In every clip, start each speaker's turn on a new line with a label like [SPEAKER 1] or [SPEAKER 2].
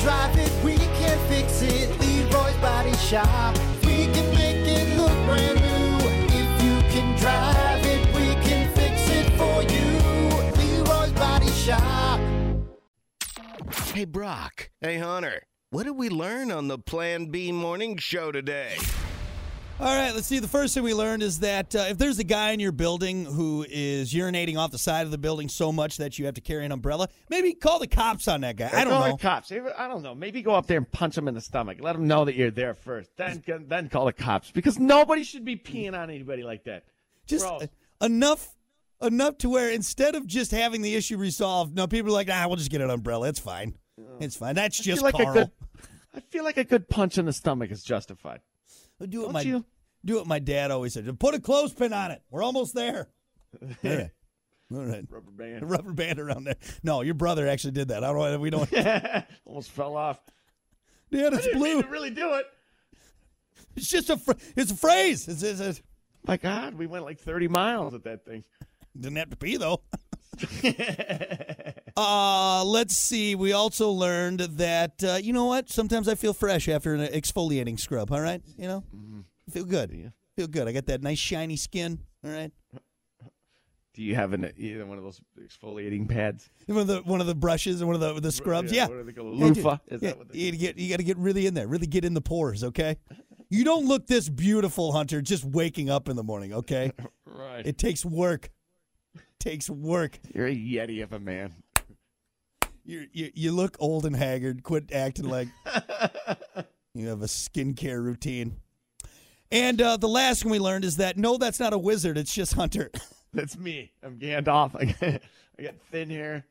[SPEAKER 1] drive it, we can fix it. Leroy's Body Shop. We can make it look brand new. If you can drive it, we can fix it for you. Leroy's Body Shop.
[SPEAKER 2] Hey, Brock. Hey, Hunter. What did we learn on the Plan B morning show today?
[SPEAKER 3] All right, let's see. The first thing we learned is that uh, if there's a guy in your building who is urinating off the side of the building so much that you have to carry an umbrella, maybe call the cops on that guy. I don't
[SPEAKER 4] call
[SPEAKER 3] know.
[SPEAKER 4] the cops. Even- I don't know. Maybe go up there and punch them in the stomach. Let them know that you're there first. Then then call the cops because nobody should be peeing on anybody like that.
[SPEAKER 3] Just uh,
[SPEAKER 4] Gross.
[SPEAKER 3] enough enough to where instead of just having the issue resolved, no, people are like, ah, we'll just get an umbrella. It's fine. It's fine. That's
[SPEAKER 4] I
[SPEAKER 3] just
[SPEAKER 4] feel like
[SPEAKER 3] Carl.
[SPEAKER 4] a good. I feel like a good punch in the stomach is justified.
[SPEAKER 3] do what
[SPEAKER 4] Don't
[SPEAKER 3] my
[SPEAKER 4] you?
[SPEAKER 3] do what my dad always said. Put a clothespin on it. We're almost there. All right. All right.
[SPEAKER 4] Rubber band.
[SPEAKER 3] Rubber band around there. No, your brother actually did that. I don't know. We don't.
[SPEAKER 4] Almost fell off.
[SPEAKER 3] Dad, it's
[SPEAKER 4] Didn't mean
[SPEAKER 3] blue.
[SPEAKER 4] to really do it.
[SPEAKER 3] It's just a. Fr- it's a phrase. It's, it's, it's
[SPEAKER 4] My God, we went like 30 miles at that thing.
[SPEAKER 3] Didn't have to pee though. uh, let's see. We also learned that uh, you know what? Sometimes I feel fresh after an exfoliating scrub. All right, you know,
[SPEAKER 4] Mm-hmm.
[SPEAKER 3] feel good. Feel good. I got that nice shiny skin. All right.
[SPEAKER 4] Do you have an either one of those exfoliating pads?
[SPEAKER 3] One of the one of the brushes and one of the the scrubs. Yeah.
[SPEAKER 4] what are they called?
[SPEAKER 3] Yeah, dude.
[SPEAKER 4] Loofah? Is
[SPEAKER 3] Yeah,
[SPEAKER 4] that what they-
[SPEAKER 3] you get you got to get really in there, really get in the pores. Okay. You don't look this beautiful, Hunter, just waking up in the morning. Okay.
[SPEAKER 4] Right.
[SPEAKER 3] It takes work. takes work.
[SPEAKER 4] You're a yeti of a man.
[SPEAKER 3] You, you you look old and haggard. Quit acting like you have a skincare routine. And uh, the last thing we learned is that no, that's not a wizard. It's just Hunter.
[SPEAKER 4] That's me. I'm Gandalf. I got, I got thin hair.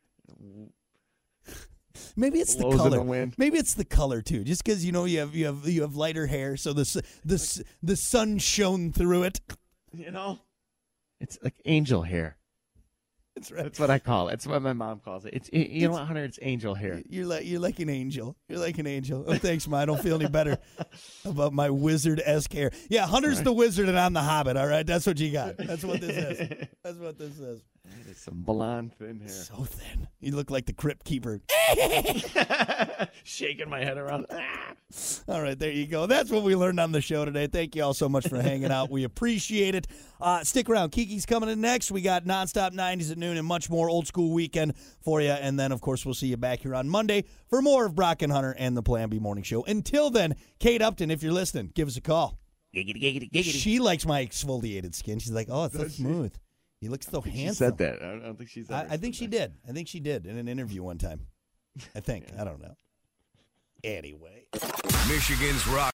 [SPEAKER 3] Maybe it's the
[SPEAKER 4] Blows in
[SPEAKER 3] color.
[SPEAKER 4] the wind.
[SPEAKER 3] Maybe it's the color too. Just because you know you have you have you have lighter hair, so the s- the s- the sun shone through it.
[SPEAKER 4] You know, it's like angel hair.
[SPEAKER 3] That's right.
[SPEAKER 4] That's what I call it. That's what my mom calls it. It's you you know what, Hunter? It's angel hair.
[SPEAKER 3] You're like you're like an angel. You're like an angel. Oh, thanks, ma. I don't feel any better about my wizard esque hair. Yeah, Hunter's the wizard and I'm the hobbit. All right, that's what you got. That's what this is. That's what this is.
[SPEAKER 4] It's some blonde thin hair.
[SPEAKER 3] So thin. You look like the crypt keeper.
[SPEAKER 4] Shaking my head around. Ah.
[SPEAKER 3] All right, there you go. That's what we learned on the show today. Thank you all so much for hanging out. We appreciate it. Uh, stick around. Kiki's coming in next. We got nonstop 90s at noon and much more old school weekend for you. And then, of course, we'll see you back here on Monday for more of Brock and Hunter and the Plan B Morning Show. Until then, Kate Upton, if you're listening, give us a call. Giggity, giggity, giggity. She likes my exfoliated skin. She's like, oh, it's so smooth. You look so handsome.
[SPEAKER 4] She said that. I don't I don't think she said.
[SPEAKER 3] I, I think she did. I think she did in an interview one time. I think. I don't know. Anyway.
[SPEAKER 2] Michigan's Rock.